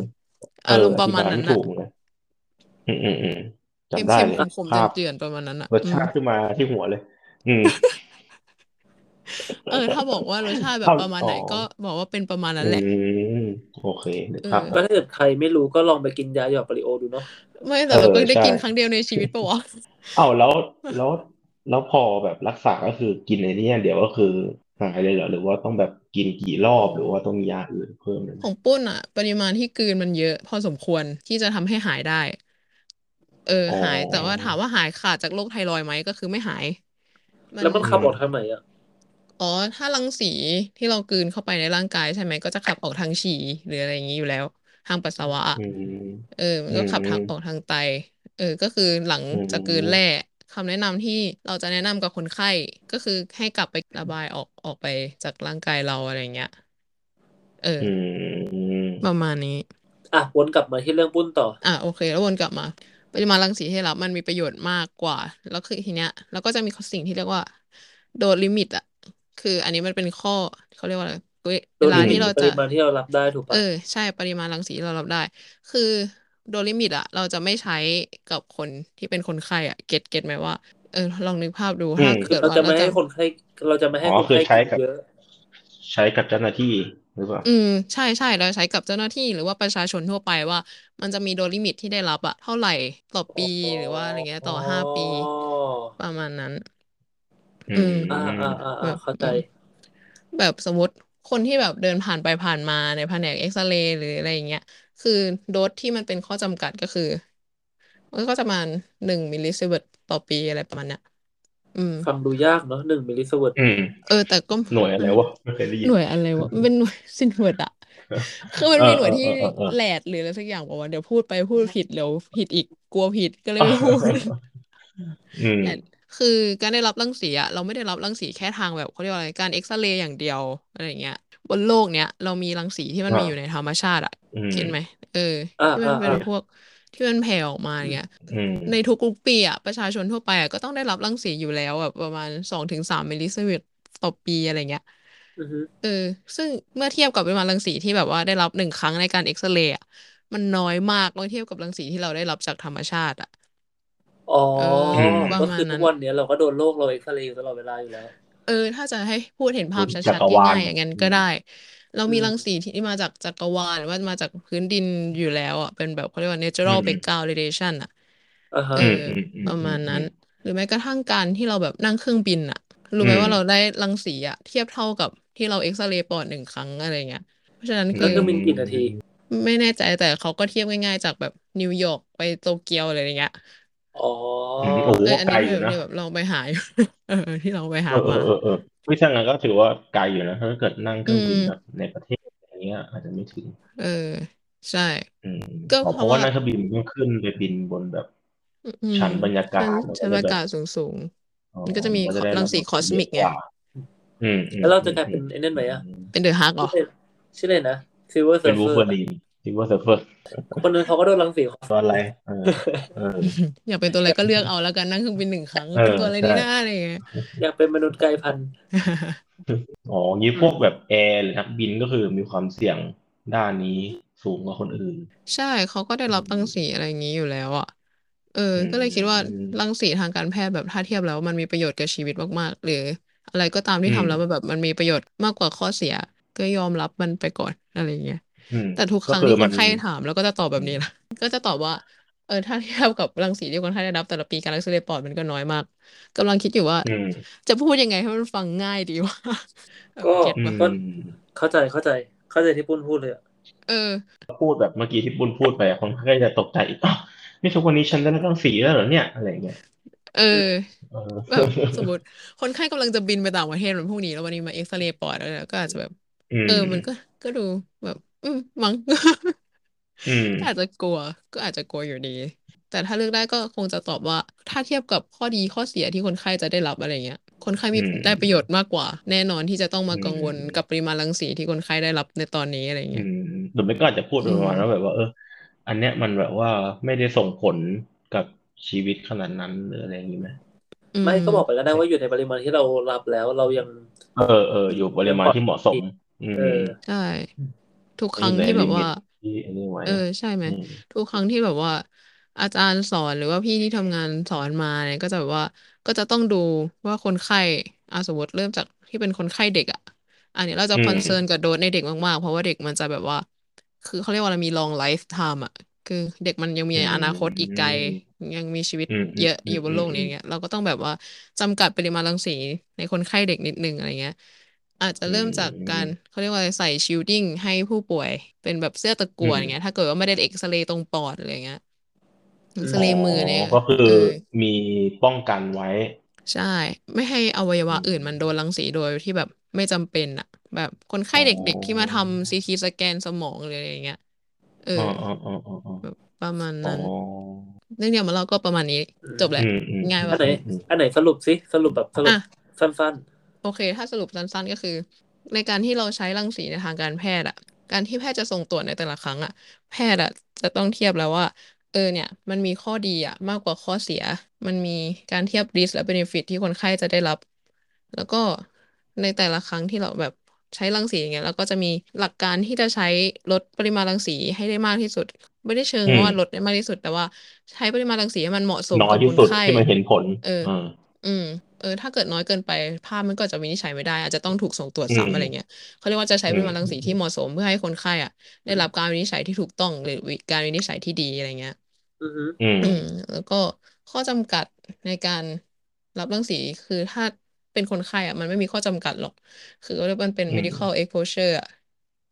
Speaker 2: เออ
Speaker 3: อารมณ์
Speaker 2: อ
Speaker 3: ประ
Speaker 2: ธิ
Speaker 3: มา
Speaker 2: บา
Speaker 3: ณ
Speaker 2: ย
Speaker 3: นั้
Speaker 2: ไม่
Speaker 3: น
Speaker 2: ถู
Speaker 3: อะ
Speaker 2: กนะอืมอืมอืม
Speaker 3: เค็ม
Speaker 2: จำได้
Speaker 3: เค็ม
Speaker 2: เลย
Speaker 3: ขมขม
Speaker 2: ภา
Speaker 3: เจือน
Speaker 2: พ
Speaker 3: เจือนๆประมาณนั้นอ่ะ
Speaker 2: รส
Speaker 3: อืม
Speaker 2: ชาติขึ้นมาที่หัวเลย อืม
Speaker 3: เออ ถ้าบอกว่ารสชาติแบ
Speaker 2: ภา
Speaker 3: บ
Speaker 2: พ
Speaker 3: ประมาณ
Speaker 2: อ๋อ
Speaker 3: ไหนก็บอกว่าเป็นประมาณ
Speaker 2: อื
Speaker 3: นั้นแหละ
Speaker 2: ม โอเคนึก
Speaker 3: เออ
Speaker 2: ภาพอ
Speaker 1: ก็
Speaker 2: อก
Speaker 1: ถ้าเกิดใครไม่รู้ก็ลองไปกินยาหยอดปริโอดูเนาะ
Speaker 3: ไม่
Speaker 2: เอ
Speaker 3: แต่
Speaker 2: อ
Speaker 3: เราก็ได้
Speaker 2: ใช่
Speaker 3: กินครั้งเดียวในชีวิตปะวะ
Speaker 2: เอ้าแล้วแล้วแล้วพอแบบรักษาก็คือกินไอ้นี่อย่างเดียวก็คือหายเลยเหรอหรือว่าต้องแบบกินกี่รอ
Speaker 3: โอ้
Speaker 2: บหรือว่าต้องมียาอื่นเพิ่มเลย
Speaker 3: ข
Speaker 2: ไหม
Speaker 3: องปุ้นอ่ะ ปริมาณที่กลืนมันเยอะ พอสมควรที่จะทำให้หายได้ เออ
Speaker 2: อ๋อ
Speaker 3: หายแต่ว่าถามว่าหายขาดจากโรคไทรอยด์ไหมก็คือไม่หาย มั
Speaker 1: แล้
Speaker 3: น
Speaker 1: วมัน
Speaker 2: อื
Speaker 1: ขับ
Speaker 2: ม
Speaker 1: ออกทางไหนอ่ะ
Speaker 3: อ๋อ ถ้ารังสีที่เรากลืนเข้าไปในร่างกายใช่ไหมก็จะขับออกทางฉี่หรืออะไรอย่างนี้อยู่แล้ว ทางปัสสาวะ
Speaker 2: อืม
Speaker 3: เออ มั
Speaker 2: อื
Speaker 3: นก็
Speaker 2: ม
Speaker 3: ขับทางออกทางไต เออ ก็คือหลัง
Speaker 2: อืม
Speaker 3: จากกลืนแร่คำแนะนำที่เราจะแนะนำกับคนไข้ ก็คือให้กลับไประบายออกออกไปจากร่างกายเราอะไรอย่างเงี้ย เออ
Speaker 2: อืม
Speaker 3: ประมาณนี้
Speaker 1: อ่ะวนกลับมาที่เรื่องปุ้นต่อ
Speaker 3: อ่ะโอเค แล้ววนกลับมา ปริมาณรังสีที่รับมันมีประโยชน์มากกว่า แล้วคือทีเนี้ยแล้วก็จะมีสิ่งที่เรียกว่า โดสลิมิตอ่ะ คืออันนี้มันเป็นข้อเขาเรียกว่าอะไรเว
Speaker 1: โด
Speaker 3: เวย ลา
Speaker 1: ลิมิ
Speaker 3: ที่
Speaker 1: ต
Speaker 3: เรา
Speaker 1: คือป
Speaker 3: จะ
Speaker 1: ริมาณที่เรารับได้ถูก
Speaker 3: เออ
Speaker 1: ปะ
Speaker 3: ใช่ปริมาณรังสีที่เรารับได้ คือโดสลิมิตอ่ะ เราจะไม่ใช้กับคนที่เป็นคนไข้อ่ะเก็ตเก็ตไหมว่าเออลองนึกภาพดู
Speaker 2: อื
Speaker 3: ถ้าม
Speaker 1: คือ
Speaker 3: เกิด
Speaker 1: เรา
Speaker 3: ว่า
Speaker 1: จะ
Speaker 3: เรา
Speaker 1: ไม่
Speaker 3: จะ
Speaker 1: ให้คนไข้เราจะไม่ให้
Speaker 2: อ๋อ
Speaker 1: คน
Speaker 2: คือ
Speaker 1: ไข้
Speaker 2: ใช้
Speaker 1: กิน
Speaker 2: กับ
Speaker 1: เยอะ
Speaker 2: ใช้กับเจ้าหน้าที่หรือเปล่า
Speaker 3: อืมใช่ใช่เราใช้กับเจ้าหน้าที่หรือว่าประชาชนทั่วไปว่า มันจะมีโดลิมิตที่ได้รับอะเท่าไหร่ต่อ
Speaker 1: อ๋
Speaker 3: ปี
Speaker 1: อ
Speaker 3: หรือว่าอะไรเงี้ยต่อห้าปี ประมาณนั้น
Speaker 2: อื
Speaker 3: อืม
Speaker 2: ม
Speaker 1: อ่าอ่าอ่า
Speaker 3: แบ
Speaker 1: อ่า
Speaker 3: บ
Speaker 1: เข้า
Speaker 3: อื
Speaker 1: ใจ
Speaker 3: มแบบสมมติคนที่แบบเดินผ่านไปผ่านมาในแผนกเอ็กซเรย์หรืออะไรอย่างเงี้ยคือโดสที่มันเป็นข้อจำกัดก็คือมันก็จะประมาณหนึ่งมิลลิเสวิร์ตต่อปีอะไรประมาณเนี้ยอืม
Speaker 1: ฟังดูยากเนาะหนึ่งมิลลิสว
Speaker 2: อืม
Speaker 3: เออ แต่ก็
Speaker 2: หน่วยอะ
Speaker 3: มั
Speaker 2: ไร
Speaker 3: น
Speaker 2: วะไม่เคยได้
Speaker 3: ห
Speaker 2: ยิน
Speaker 3: น่วยอะไรวะมันเป็นหน่วย ซินเวิร์ดอะ คือมัน
Speaker 2: เออ
Speaker 3: มีหน่ว
Speaker 2: เอย อ
Speaker 3: ที่
Speaker 2: เออเออเออ
Speaker 3: แหลดหรืออะไรสักอย่างบอกว่าเดี๋ยวพูดไปพูดผิดเดี๋ยวผิดอีกกลัวผิดก็เลย
Speaker 2: อื
Speaker 3: ไม่พูด
Speaker 2: ม
Speaker 3: แต่คือการได้รับรังสีอะเราไม่ได้รับรังสีแค่ทางแบบเขาเรียกว่าอะไรการเอ็กซเรย์อย่างเดียวอะไรอย่างเงี้ย บนโลกเนี้ยเรามีรังสีที่มัน
Speaker 2: อ่า
Speaker 3: มีอยู่ในธรรมชาติอะ
Speaker 2: อืม
Speaker 3: เก็ตไหมเออ
Speaker 1: อ่า
Speaker 3: ที่มั
Speaker 1: อ่าน
Speaker 3: เป็น
Speaker 1: อ่า
Speaker 3: พวกที่มันแผ่ออกมาอย่างเงี้ย
Speaker 2: อืม
Speaker 3: ในทุกๆปีอะประชาชนทั่วไปอะก็ต้องได้รับรังสีอยู่แล้วแบบประมาณสองถึงสามมิลลิเสวียร์ตต่อปีอะไรเงี้ย
Speaker 1: อือฮึ
Speaker 3: เออ ซึ่งเมื่อเทียบกับปริมาณรังสีที่แบบว่าได้รับหนึ่งครั้งในการเอ็กซเรย์อะมันน้อยมากเมื่อเทียบกับรังสีที่เราได้รับจากธรรมชาติอะ
Speaker 1: อ๋อ
Speaker 3: เออ
Speaker 2: อืม
Speaker 3: ประ
Speaker 1: ก็
Speaker 3: มา
Speaker 1: คื
Speaker 3: ณ
Speaker 1: อทุ
Speaker 3: นั้
Speaker 1: ก
Speaker 3: น
Speaker 1: วันเนี้ยเราก็โดนโรคเราเอ็กซเรย์อยู่ตลอดเวลาอยู่แล้ว
Speaker 3: เออ ถ้าจะให้พูดเห็นภาพ
Speaker 2: จั
Speaker 3: ชัด
Speaker 2: กร
Speaker 3: ๆ
Speaker 2: วา
Speaker 3: ง่า
Speaker 2: ล
Speaker 3: ยๆ อย่างนั้น
Speaker 2: อื
Speaker 3: ก็
Speaker 2: ม
Speaker 3: ได้ เรา
Speaker 1: อื
Speaker 3: มี
Speaker 1: ม
Speaker 3: รังสีที่มาจากจักรวาลหรือว่ามาจากพื้นดินอยู่แล้วอ่ะ เป็นแบบเขาเรียกว่า
Speaker 2: อื
Speaker 3: natural
Speaker 2: ม
Speaker 3: background radiation อ่ะ
Speaker 1: อ่า
Speaker 3: เอ
Speaker 1: ฮะ
Speaker 3: อ
Speaker 2: อืมอืมอื
Speaker 3: ป
Speaker 2: มอื
Speaker 3: ระมา
Speaker 2: ม
Speaker 3: ณ
Speaker 2: อื
Speaker 3: นั้น
Speaker 2: ม
Speaker 3: หรือแม้กระทั่งการที่เราแบบนั่งเครื่องบินอ่ะ รู้
Speaker 2: อื
Speaker 3: ไหม
Speaker 2: ม
Speaker 3: ว่าเราได้รังสีอ่ะ เทียบเท่ากับที่เราเอ็กซเรย์ปอดหนึ่งครั้งอะไรเงี้ย เพราะฉะนั้น
Speaker 2: อื
Speaker 3: คือ
Speaker 1: แล้วเครื่องบินกี่นาที
Speaker 3: ไม่แน่ใจแต่เขาก็เทียบง่ายๆ จากแบบนิวยอร์กไปโตเกียวอะไรอย่างเงี้ย
Speaker 1: อ๋อ
Speaker 2: มโอ้โห
Speaker 3: เออ อัน
Speaker 2: ไกล
Speaker 3: นี้
Speaker 2: อยู่นะ
Speaker 3: ที่แบบเนี่ยแบบลองไปหาอยู่ เออ ที่ลองไป
Speaker 2: เอ
Speaker 3: หา
Speaker 2: อเออ
Speaker 3: มา
Speaker 2: เออเออไม่ใช่งั้นก็ถือว่าไกลอยู่นะถ้าเกิดนั่งเค
Speaker 3: อื
Speaker 2: รื่องบิ
Speaker 3: ม
Speaker 2: นแบบในประเทศอย่างเงี้ยอาจจะไม่ถึง
Speaker 3: เออ ใช่
Speaker 2: อืม
Speaker 3: ก็
Speaker 2: อ๋อ
Speaker 3: เพ
Speaker 2: เพ
Speaker 3: ราะ
Speaker 2: ราะว่า
Speaker 3: ว่า
Speaker 2: นักเครื่องบินมันต้องขึ้นไปบินบนแบบ
Speaker 3: อืมอืม
Speaker 2: ชั้นบรรยากาศ
Speaker 3: ชั้นบรรยากาศสูงสูง
Speaker 2: อ๋อ
Speaker 3: มันก็จะมี
Speaker 2: นได้
Speaker 3: รังสี
Speaker 2: บบ
Speaker 3: cosmic
Speaker 2: เย
Speaker 3: ไง
Speaker 2: อะกว่าอืมอืม
Speaker 1: แล้วเราจะกลายเป็นไอ้นั่นไหมอะ
Speaker 3: ๆเป็นเดอะฮักเหรอ
Speaker 1: ชื่อชื่ออะไรนะซิลเวอร์เซิ
Speaker 2: เป็น
Speaker 1: ร์ฟ
Speaker 2: วู
Speaker 1: เว
Speaker 2: เฟอ
Speaker 1: อ
Speaker 2: ร์
Speaker 1: ร์
Speaker 2: นีนซิเวอร์เซิร์ฟเฟอร์
Speaker 1: คนนึงเขาก็โดนรังสี
Speaker 2: ตอนอะไรเออเออ
Speaker 3: อยากเป็นตัวอะไรก็เลือกเอาแล้วกันนั่งเครื่องบินหนึ่งครั้ง
Speaker 2: เออ
Speaker 3: เป็นตัวอะไรดี
Speaker 2: ใช่
Speaker 3: นะอะไรอย่างเงี้ย
Speaker 1: อยากเป็นมนุษย์ไกลพันธุ์
Speaker 2: อ๋องี้พวกแบบแอร์หรือนักบินก็คือมีความเสี่ยงด้านนี้สูงกว่าคนอื่น
Speaker 3: ใช่เขาก็ได้รับรังสีอะไรอย่างนี้อยู่แล้วอ่ะ เออ
Speaker 2: อืม
Speaker 3: ก็เลยคิดว่ารังสีทางการแพทย์แบบถ้าเทียบแล้ว มันมีประโยชน์กับชีวิตมากๆ หรืออะไรก็ตามที่ทำแล้วมันแบบมันมีประโยชน์มากกว่าข้อเสีย ก็ยอมรับมันไปก่อนอะไรอย่างเงี้ย
Speaker 2: อืม
Speaker 3: แต่ทุกครั้ง
Speaker 2: ก็คือ
Speaker 3: ที่ค
Speaker 2: มัน
Speaker 3: นไข้ถามแล้วก็จะตอบแบบนี้นะ ก็จะตอบว่า เออ ถ้าเทียบกับรังสีที่คนไข้ได้รับแต่ละปีการรักษาในปอดมันก็น้อยมากกำลังคิดอยู่ว่า
Speaker 2: อืม
Speaker 3: จะพูดยังไงให้มันฟังง่ายดีวะแบบ
Speaker 1: ก็
Speaker 3: เก็ต
Speaker 2: อื
Speaker 3: ปะ
Speaker 2: ม
Speaker 1: ก็เข้าใจเข้าใจ เข้าใจที่ปุ้นพูดเลยอะ
Speaker 3: เออ
Speaker 2: พูดแบบเมื่อกี้ที่ปุ้นพูดไปอะคนก็จะตกใจอีกอ้าวนี่ทุกวันนี้ฉันได้รับรังสีแล้วเหรอเนี่ยอะไรอย่างเงี้ย
Speaker 3: เออ
Speaker 2: เออ
Speaker 3: แบบสมมติคนไข้กำลังจะบินไปต่างประเทศวันพรุ่งนี้แล้ววันนี้มาเอ็กซเรย์ปอดแล้วเนี่ยก็อาจจะแบบ
Speaker 2: อืม
Speaker 3: เออ มันก็ก็ดูแบบ อืมมั้ง
Speaker 2: อืม
Speaker 3: ก็อาจจะกลัว ก็อาจจะกลัวอยู่ดี แต่ถ้าเลือกได้ก็คงจะตอบว่า ถ้าเทียบกับข้อดีข้อเสียที่คนไข้จะได้รับอะไรเงี้ย คนไข้มี
Speaker 2: อืม
Speaker 3: ได้ประโยชน์มากกว่า แน่นอนที่จะต้องมา
Speaker 2: อืม
Speaker 3: กังวลกับปริมาณรังสีที่คนไข้ได้รับในตอนนี้อะไร
Speaker 2: อื
Speaker 3: เงี้ย
Speaker 2: มหรือไม่ก็อาจจะพูดประมาณว่าแบบว่า เออ อันเนี้ยมันแบบว่าไม่ได้ส่งผลกับชีวิตขนาดนั้นหรืออะไรอย่างงี้ไหม
Speaker 3: อื
Speaker 1: ไม่
Speaker 3: ม
Speaker 1: ก็บอกไปแล้วนะว่าอยู่ในปริมาณที่เรารับแล้วเรายัง
Speaker 2: เออเอออยู่ปริมาณที่เหมาะสม อืม
Speaker 1: เออ
Speaker 3: ใช่ ทุกค
Speaker 2: อ
Speaker 3: รั้
Speaker 2: ยู่
Speaker 3: ง
Speaker 2: ใน
Speaker 3: ที่แบ
Speaker 2: ลิ
Speaker 3: บ
Speaker 2: มิ
Speaker 3: ว่า
Speaker 2: ตที่อันนี้ไว้
Speaker 3: เออใช่ไหม
Speaker 2: อืม
Speaker 3: ทุกครั้งที่แบบว่า อาจารย์สอนหรือว่าพี่ที่ทำงานสอนมาเนี่ยก็จะแบบว่าก็จะต้องดูว่าคนไข้อ่ะสมมติเริ่มจากที่เป็นคนไข้เด็กอ่ะอันเนี้ยเราจะ
Speaker 2: อื
Speaker 3: คอ
Speaker 2: ม
Speaker 3: นเซิร์นกับโดสในเด็กมากๆ เพราะว่าเด็กมันจะแบบว่า คือเขาเรียกว่าอะไรมี long life time อ่ะคือเด็กมันยังมี
Speaker 2: อืม
Speaker 3: อนาคตอีกไกล ยังมีชีวิต
Speaker 2: อืมอื
Speaker 3: เย
Speaker 2: ม
Speaker 3: อะ
Speaker 2: อื
Speaker 3: อ
Speaker 2: ม
Speaker 3: ยู่บน
Speaker 2: อื
Speaker 3: โล
Speaker 2: ม
Speaker 3: ก
Speaker 2: อื
Speaker 3: นี้
Speaker 2: ม
Speaker 3: เงี้ยเราก็ต้องแบบว่าจำกัดปริมาณรังสีในคนไข้เด็กนิดนึงอะไรเงี้ย อาจจะ
Speaker 2: อื
Speaker 3: เริ่ม
Speaker 2: ม
Speaker 3: จากการเขาเรียกว่าอะไรใส่ชิลดิ้งให้ผู้ป่วย เป็นแบบเสื้อตะ
Speaker 2: อื
Speaker 3: กั่ว
Speaker 2: ม
Speaker 3: อย่างเงี้ย ถ้าเกิดว่าไม่ได้เอ็กซเรย์ตรงปอดอะไรเงี้ยเอ็กซ
Speaker 2: อ๋อ
Speaker 3: เรย์มือเนี่ย
Speaker 2: ก็คือ
Speaker 3: เออ
Speaker 2: มีป้องกันไว้
Speaker 3: ใช่ ไม่ให้อวัยวะ
Speaker 2: อืม
Speaker 3: อื่นมันโดนรังสีโดยที่แบบไม่จำเป็นอ่ะ แบบคนไข้
Speaker 2: อ๋อ
Speaker 3: เด็กๆที่มาทำซีทีสแกนสมองหรืออะไรอย่างเงี้ยเออ
Speaker 2: อ๋ออ๋ออ๋ออ๋ออ๋อ
Speaker 3: แบบประมาณ
Speaker 2: อ๋อ
Speaker 3: นั้นเรื่องเดียวมาเล่าก็ประมาณนี้
Speaker 1: อืม
Speaker 3: จบแห
Speaker 2: อื
Speaker 3: ละ
Speaker 2: มอืม
Speaker 3: ง่าย
Speaker 2: อืม
Speaker 1: อัน
Speaker 3: ปะ
Speaker 1: ไหน
Speaker 2: อืมอืม
Speaker 1: อันไหนสรุปสิสรุปแบบสรุ
Speaker 3: อ่ะ
Speaker 1: ปสั้น
Speaker 3: โอเค ถ้าสรุปสั้นๆก็คือ ในการที่เราใช้รังสีในทางการแพทย์อ่ะ การที่แพทย์จะส่งตรวจในแต่ละครั้งอ่ะ แพทย์อ่ะจะต้องเทียบแล้วว่า เออเนี่ย มันมีข้อดีอ่ะมากกว่าข้อเสีย มันมีการเทียบ risk และ benefit ที่คนไข้จะได้รับ แล้วก็ในแต่ละครั้งที่เราแบบใช้รังสีอย่างเงี้ยเราก็จะมีหลักการที่จะใช้ลดปริมาณรังสีให้ได้มากที่สุด ไม่ได้เชิง
Speaker 2: อืม
Speaker 3: ว่าลดได้มากที่สุด แต่ว่าใช้ปริมาณรังสีให้มันเหมาะสม
Speaker 2: น้อย
Speaker 3: กับ
Speaker 2: ที่
Speaker 3: คน
Speaker 2: สุด
Speaker 3: ไข้
Speaker 2: ที่มันเห็นผล
Speaker 3: เออ
Speaker 2: อ่า
Speaker 3: อืมเออถ้าเกิดน้อยเกินไปภาพมันก็จะวินิจฉัยไม่ได้ อาจจะต้องถูกส่งตรวจ
Speaker 2: อืม
Speaker 3: ซ้ำอะไรเงี้ยเขาเรียกว่าจะใช้
Speaker 2: อื
Speaker 3: ป
Speaker 2: ม
Speaker 3: ริมาณรังสีที่เหมาะสมเพื่อให้คนไข้อ่ะ
Speaker 1: ๆ
Speaker 3: ได้
Speaker 1: อืม
Speaker 3: รับการวินิจฉัยที่ถูกต้องหรือวิการวินิจฉัยที่ดีอะไรเงี้ย
Speaker 1: อือหือ
Speaker 2: อืม
Speaker 3: อืมแล้วก็ข้อจำกัดในการรับรังสีคือถ้าเป็นคนไข้อ่ะมันไม่มีข้อจำกัดหรอก คือเรียกว่ามันเป็น
Speaker 2: อืม
Speaker 3: medical exposure อ่ะ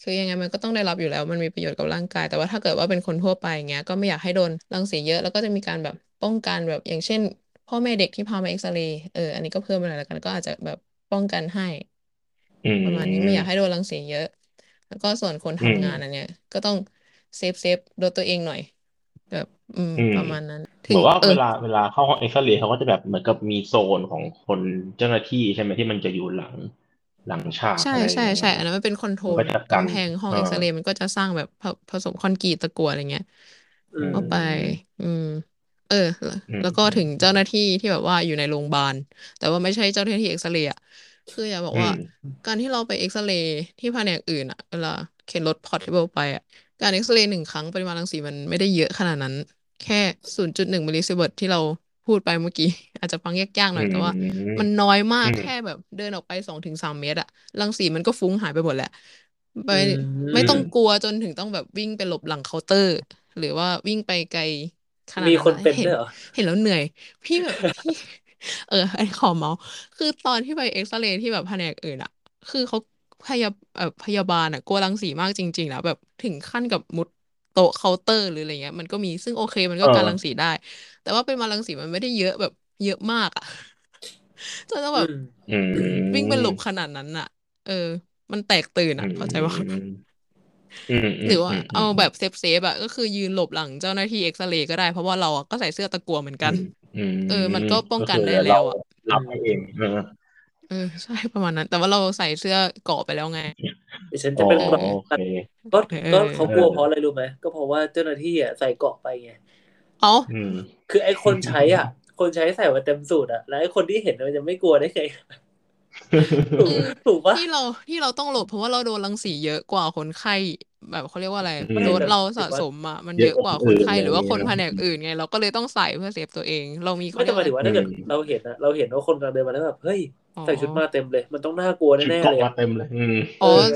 Speaker 3: คือยังไงมันก็ต้องได้รับอยู่แล้ว มันมีประโยชน์กับร่างกาย แต่ว่าถ้าเกิดว่าเป็นคนทั่วไปอย่างเงี้ยก็ไม่อยากให้โดนรังสีเยอะ แล้วก็จะมีการแบบป้องกันแบบอย่างเช่น พ่อแม่เด็กที่พามาเอ็กซเรย์เอออันนี้ก็เพิ่มไปหน่อยแล้วกันก็อาจจะแบบป้องกันให้
Speaker 2: อืม
Speaker 3: ประมาณนี้ไม่อยากให้โดนรังสีเยอะ แล้วก็ส่วนคน
Speaker 2: อืม
Speaker 3: ทำงานอันเนี้ยก็ต้องเซฟเซฟโดยตัวเองหน่อย แบบ อืม
Speaker 2: อืม
Speaker 3: ประมาณนั้น ถึ
Speaker 2: เหมื
Speaker 3: ง
Speaker 2: อนว่า
Speaker 3: เออ
Speaker 2: เวลาเวลาเข้าห้องเอ็กซเรย์เขาก็จะแบบเหมือนกับมีโซนของคนเจ้าหน้าที่ใช่ไหมที่มันจะอยู่หลัง หลังฉาก
Speaker 3: ใช่
Speaker 2: อะไรอย่า
Speaker 3: ใช่
Speaker 2: งเงี้ย
Speaker 3: ใช่อันนั้นมันเป็นคอนโทร
Speaker 2: มัน
Speaker 3: ล
Speaker 2: ก็จะกัน
Speaker 3: กำแพงห้อง
Speaker 2: อ่า
Speaker 3: เอ็กซเรย์มันก็จะสร้างแบบผผสมคอนกรีตตะกั่วอะไรเงี้ย
Speaker 1: อื
Speaker 2: อื
Speaker 1: ม
Speaker 2: ม
Speaker 3: เข้าไป อืม เออแล้ว
Speaker 2: อืม
Speaker 3: แล้วก็
Speaker 2: อืม
Speaker 3: ถึงเจ้าหน้าที่ที่แบบว่าอยู่ในโรงพยาบาล แต่ว่าไม่ใช่เจ้าหน้าที่เอ็กซเรย์อ่ะคืออยากบอก
Speaker 2: อื
Speaker 3: ว่า
Speaker 2: ม
Speaker 3: การที่เราไปเอ็กซเรย์ที่แผนกอื่นอ่ะเวลาเข็นรถพอร์ตเทเบิลไปอ่ะ การเอ็กซเรย์หนึ่งครั้งปริมาณรังสีมันไม่ได้เยอะขนาดนั้น แค่ศูนย์จุดหนึ่งมิลลิเวิร์ตที่เราพูดไปเมื่อกี้ อาจจะฟังยากๆห
Speaker 2: อื
Speaker 3: น่อย
Speaker 2: ม
Speaker 3: แต่ว่า มันน้อยมา
Speaker 2: อื
Speaker 3: ก
Speaker 2: ม
Speaker 3: แค่แบบเดินออกไปสองถึงสามเมตรอะรังสีมันก็ฟุ้งหายไปหมดแหละ
Speaker 1: อื
Speaker 3: ไม่
Speaker 1: ม
Speaker 3: ไม่ต้องกลัวจนถึงต้องแบบวิ่งไปหลบหลังเคาน์เตอร์ หรือว่าวิ่งไปไกลขนาด
Speaker 1: มี
Speaker 3: นั้
Speaker 1: คน น
Speaker 3: อะ
Speaker 1: เป็น
Speaker 3: เห็
Speaker 1: ด้
Speaker 3: น
Speaker 1: วยเหรอ
Speaker 3: เห็นแล้วเหนื่อย พี่แบบ พี่ เออไอ้ขอเมาส์คือตอนที่ไปเอ็กซเรย์ที่แบบแผนกอื่นอะคือเขาพยาเอ่อพยาบาลอะกลัวรังสีมากจริงๆนะแบบถึงขั้นกับมุดโต๊ะเคาน์เตอร์หรืออะไรเงี้ยมันก็มีซึ่งโอเคมัน
Speaker 2: เอ
Speaker 3: ก็
Speaker 2: อ
Speaker 3: การรังสีได้ แต่ว่าเป็นมารังสีมันไม่ได้เยอะแบบเยอะมากอะ จนต้อง
Speaker 1: อื
Speaker 3: แบบ
Speaker 1: ม
Speaker 2: อืม
Speaker 3: วิ่งเป็นหลบขนาดนั้นอ่ะ เออ มันแตกตื่น
Speaker 2: อื
Speaker 3: อ่ะ
Speaker 2: ม
Speaker 3: เข้าใจว่า
Speaker 2: อืมม
Speaker 3: หรือว่า
Speaker 2: มม
Speaker 3: เอาแบบเซฟเซฟๆอะก็คือยืนหลบหลังเจ้าหน้าที่เอ็กซเรย์ก็ได้เพราะว่าเราอะก็ใส่เสื้อตะกัวเหมือนกัน
Speaker 2: อืม
Speaker 3: เออมันก็ป้องกันได้แล้วอะ
Speaker 2: ก็คือเรารับให้เองเออ
Speaker 3: เออใช่ประมาณนั้น แต่ว่าเราใส่เสื้อเกราะไปแล้วไง
Speaker 1: ดิฉันจะเป็น
Speaker 2: อ๋อ
Speaker 1: คน
Speaker 2: โอเค
Speaker 1: ก็
Speaker 3: เออ
Speaker 1: ก็เขากลัวเพราะอะไรรู้ไหมก็เพราะว่าเจ้าหน้าที่อ่ะใส่เกราะไปไง
Speaker 3: เอ้า
Speaker 2: อืม
Speaker 1: คือไอ้คนใช้อ่ะ คนใช้ใส่มาเต็มสูตรอ่ะ แล้วไอ้คนที่เห็นมันจะไม่กลัวได้ไงถูกถูกปะ
Speaker 3: ที่เราที่เราต้องหลบเพราะว่าเราโดนรังสีเยอะกว่าคนไข้ แบบเขาเรียกว่าอะไร
Speaker 2: อืม
Speaker 3: โดสเราสะสมอะมัน
Speaker 2: เย
Speaker 3: เย
Speaker 2: อะ
Speaker 3: อะ
Speaker 2: ก
Speaker 3: ก
Speaker 2: ว่าค
Speaker 3: ว่าคน น
Speaker 2: ไข้
Speaker 3: ไข้
Speaker 2: ห
Speaker 3: ห
Speaker 2: รื
Speaker 3: รือ อ
Speaker 2: ว่า
Speaker 3: ว่า
Speaker 2: ค
Speaker 3: คน น
Speaker 2: ไข้
Speaker 3: แผนกอื่นไงเราก็เลยต้องใส่เพื่อเซฟตัวเอง เรามี
Speaker 1: ไม่แต่หมายถึงว่าถ้าเกิดเราเห็นอะเราเห็นว่าคนกำลังเดินมาแล้วแบบเฮ้ย
Speaker 3: อ๋อ
Speaker 1: ใส่ชุดมาเต็มเลย มันต้องน่ากลัว
Speaker 2: ชุด
Speaker 1: แน่ๆ
Speaker 2: เกาะ
Speaker 1: เลย
Speaker 2: มา
Speaker 1: อะ
Speaker 2: เต็มเลยอืม
Speaker 3: อ๋อ
Speaker 1: เออ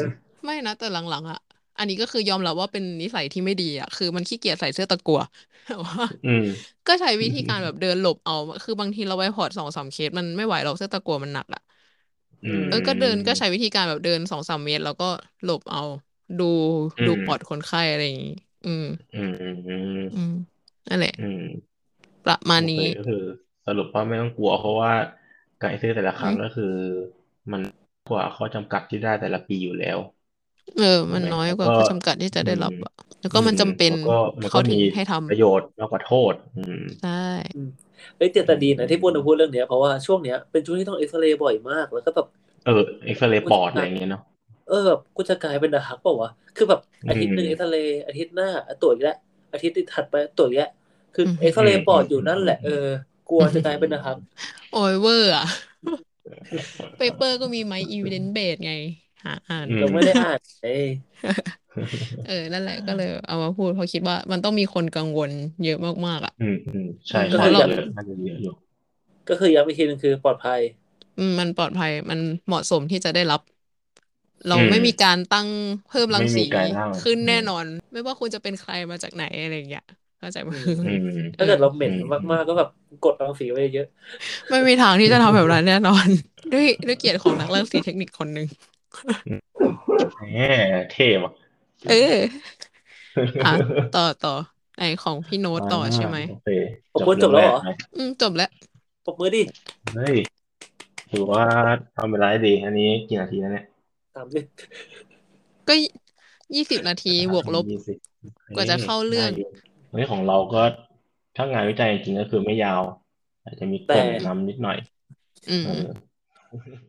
Speaker 3: ไม่นะแต่หลังๆอะอันนี้ก็คือยอมรับว่าเป็นนิสัยที่ไม่ดีอะคือมันขี้เกียจใส่เสื้อตะกั่ว แต่ว่า
Speaker 2: อืม
Speaker 3: ก็ใช้วิธีการแบบเดินหลบเอาคือบางทีเราไปพอร์ตสองสามเคสมันไม่ไหวเราเสื้อตะกั่วมันหนักอะ
Speaker 2: อืม
Speaker 3: เออ ก็เดินก็ใช้วิธีการแบบเดินสองสามเมตร แล้วก็หลบเอา ดู
Speaker 2: อืม
Speaker 3: ดูปอดคนไข้อะไรอย่างงี้ อืม
Speaker 2: อืมอืมอืม
Speaker 3: อืมนั่นแหละ
Speaker 2: อืม
Speaker 3: ประมาณ
Speaker 2: โอ
Speaker 3: นี้
Speaker 2: เคก็คือสรุปว่าไม่ต้องกลัว เพราะว่าการซื้อแต่ละครั้งก็คือ มันกว่าข้อจำกัดที่ได้แต่ละปีอยู่แล้ว
Speaker 3: เออ มัน
Speaker 2: ใช่ไหม
Speaker 3: น้อย
Speaker 2: แล้ว
Speaker 3: กว่า
Speaker 2: ก็
Speaker 3: ข้อจำกัดที่จะได้รับอะแล้วก็มันจำเป็น
Speaker 2: แล้วก็มัน
Speaker 3: เขา
Speaker 2: ก็
Speaker 3: ถึง
Speaker 2: มี
Speaker 3: ให้ทำ
Speaker 2: ประโยชน์มากกว่าโทษ อืม
Speaker 3: ใช่
Speaker 1: เฮ้ยเจตดีนะที่พูดมาพูดเรื่องเนี้ยเพราะว่าช่วงเนี้ยเป็นช่วงที่ต้องเอ็กซเรย์บ่อยมาก แล้วก็แบบ
Speaker 2: เออเอ็กซเรย์ปอดอะไรอย่างเงี้ยเนาะ
Speaker 1: เออแบบกูจะกลายเป็นดาฮักเปล่าวะคือแบบอาทิตย์หนึ่ง
Speaker 2: อืม
Speaker 1: เอ็กซเรย์อาทิตย์หน้าอ่ะตรวจอีกแล้วอาทิตย์ถัดไปตรวจอีกแล้วคืออ
Speaker 3: ม
Speaker 1: เอ็กซเรย์ปอดอยู่นั่นแหละ
Speaker 2: อืม
Speaker 1: เออกลัวจะกลายเป็นดาฮัก
Speaker 3: โอยเวอร์อะ เปเปอร์ก็มีไหม evidence based ไง หาอ่าน
Speaker 2: อื
Speaker 1: เราไม่ได้อ่านเอ้ย
Speaker 3: เออ นั่นแหละก็เลยเอามาพูดเพราะคิดว่ามันต้องมีคนกังวลเยอะมากๆอะ
Speaker 2: อืมอืมใช่
Speaker 3: ก็
Speaker 2: ใช่
Speaker 3: คือเรา
Speaker 2: เยอะน่าจะเยอะอยู่
Speaker 1: ก็คือย้ำอีกทีหนึงคือปลอดภัย
Speaker 3: อืมมันปลอดภัยมันเหมาะสมที่จะได้รับ เรา
Speaker 2: อืม
Speaker 3: ไม่มีการตั้งเพิ่มรัง
Speaker 2: ไม่มี
Speaker 3: สี
Speaker 2: การตั้ง
Speaker 3: ขึ้น
Speaker 2: อืม
Speaker 3: แน่นอน ไม่ว่าคุณจะเป็นใครมาจากไหนอะไรอย่างเงี้ยเข้าใจไหม
Speaker 1: อื
Speaker 2: อืม
Speaker 1: ถ้าเกิดเราเหม็น
Speaker 2: อืม
Speaker 1: มากๆก็แบบกดรังสีไว้เยอะ
Speaker 3: ไม่มีทางที่จะทำแบบนั้นแน่นอน ด้วยด้วยเกียรติของนักรังสีเทคนิคคนหนึ่ง
Speaker 2: แหมเท่ว่ะ
Speaker 3: เอออ่ะต่อต่อไอของพี่โน้ตต่อใช่ไหม
Speaker 2: โอเค
Speaker 1: ขอบคุณจบแล้วเหรอ
Speaker 2: งกไป
Speaker 3: อืมจบแล้ว
Speaker 1: ปรบมือดิ
Speaker 2: เฮ้ยถือว่าทำเวลาได้ดี อันนี้กี่นาทีแล้วเนี่ย
Speaker 1: สามสิบ
Speaker 3: ก็ยี่สิบนาทีบวกลบ
Speaker 2: ยี่สิ
Speaker 3: กว่าจะเข้าเรื่อง
Speaker 2: ได้ยู่เรื่องของเราก็ถ้างานวิจัยจริงๆก็คือไม่ยาว อาจจะมีเกรินนำนิดหน่อย
Speaker 3: อืม
Speaker 2: เออ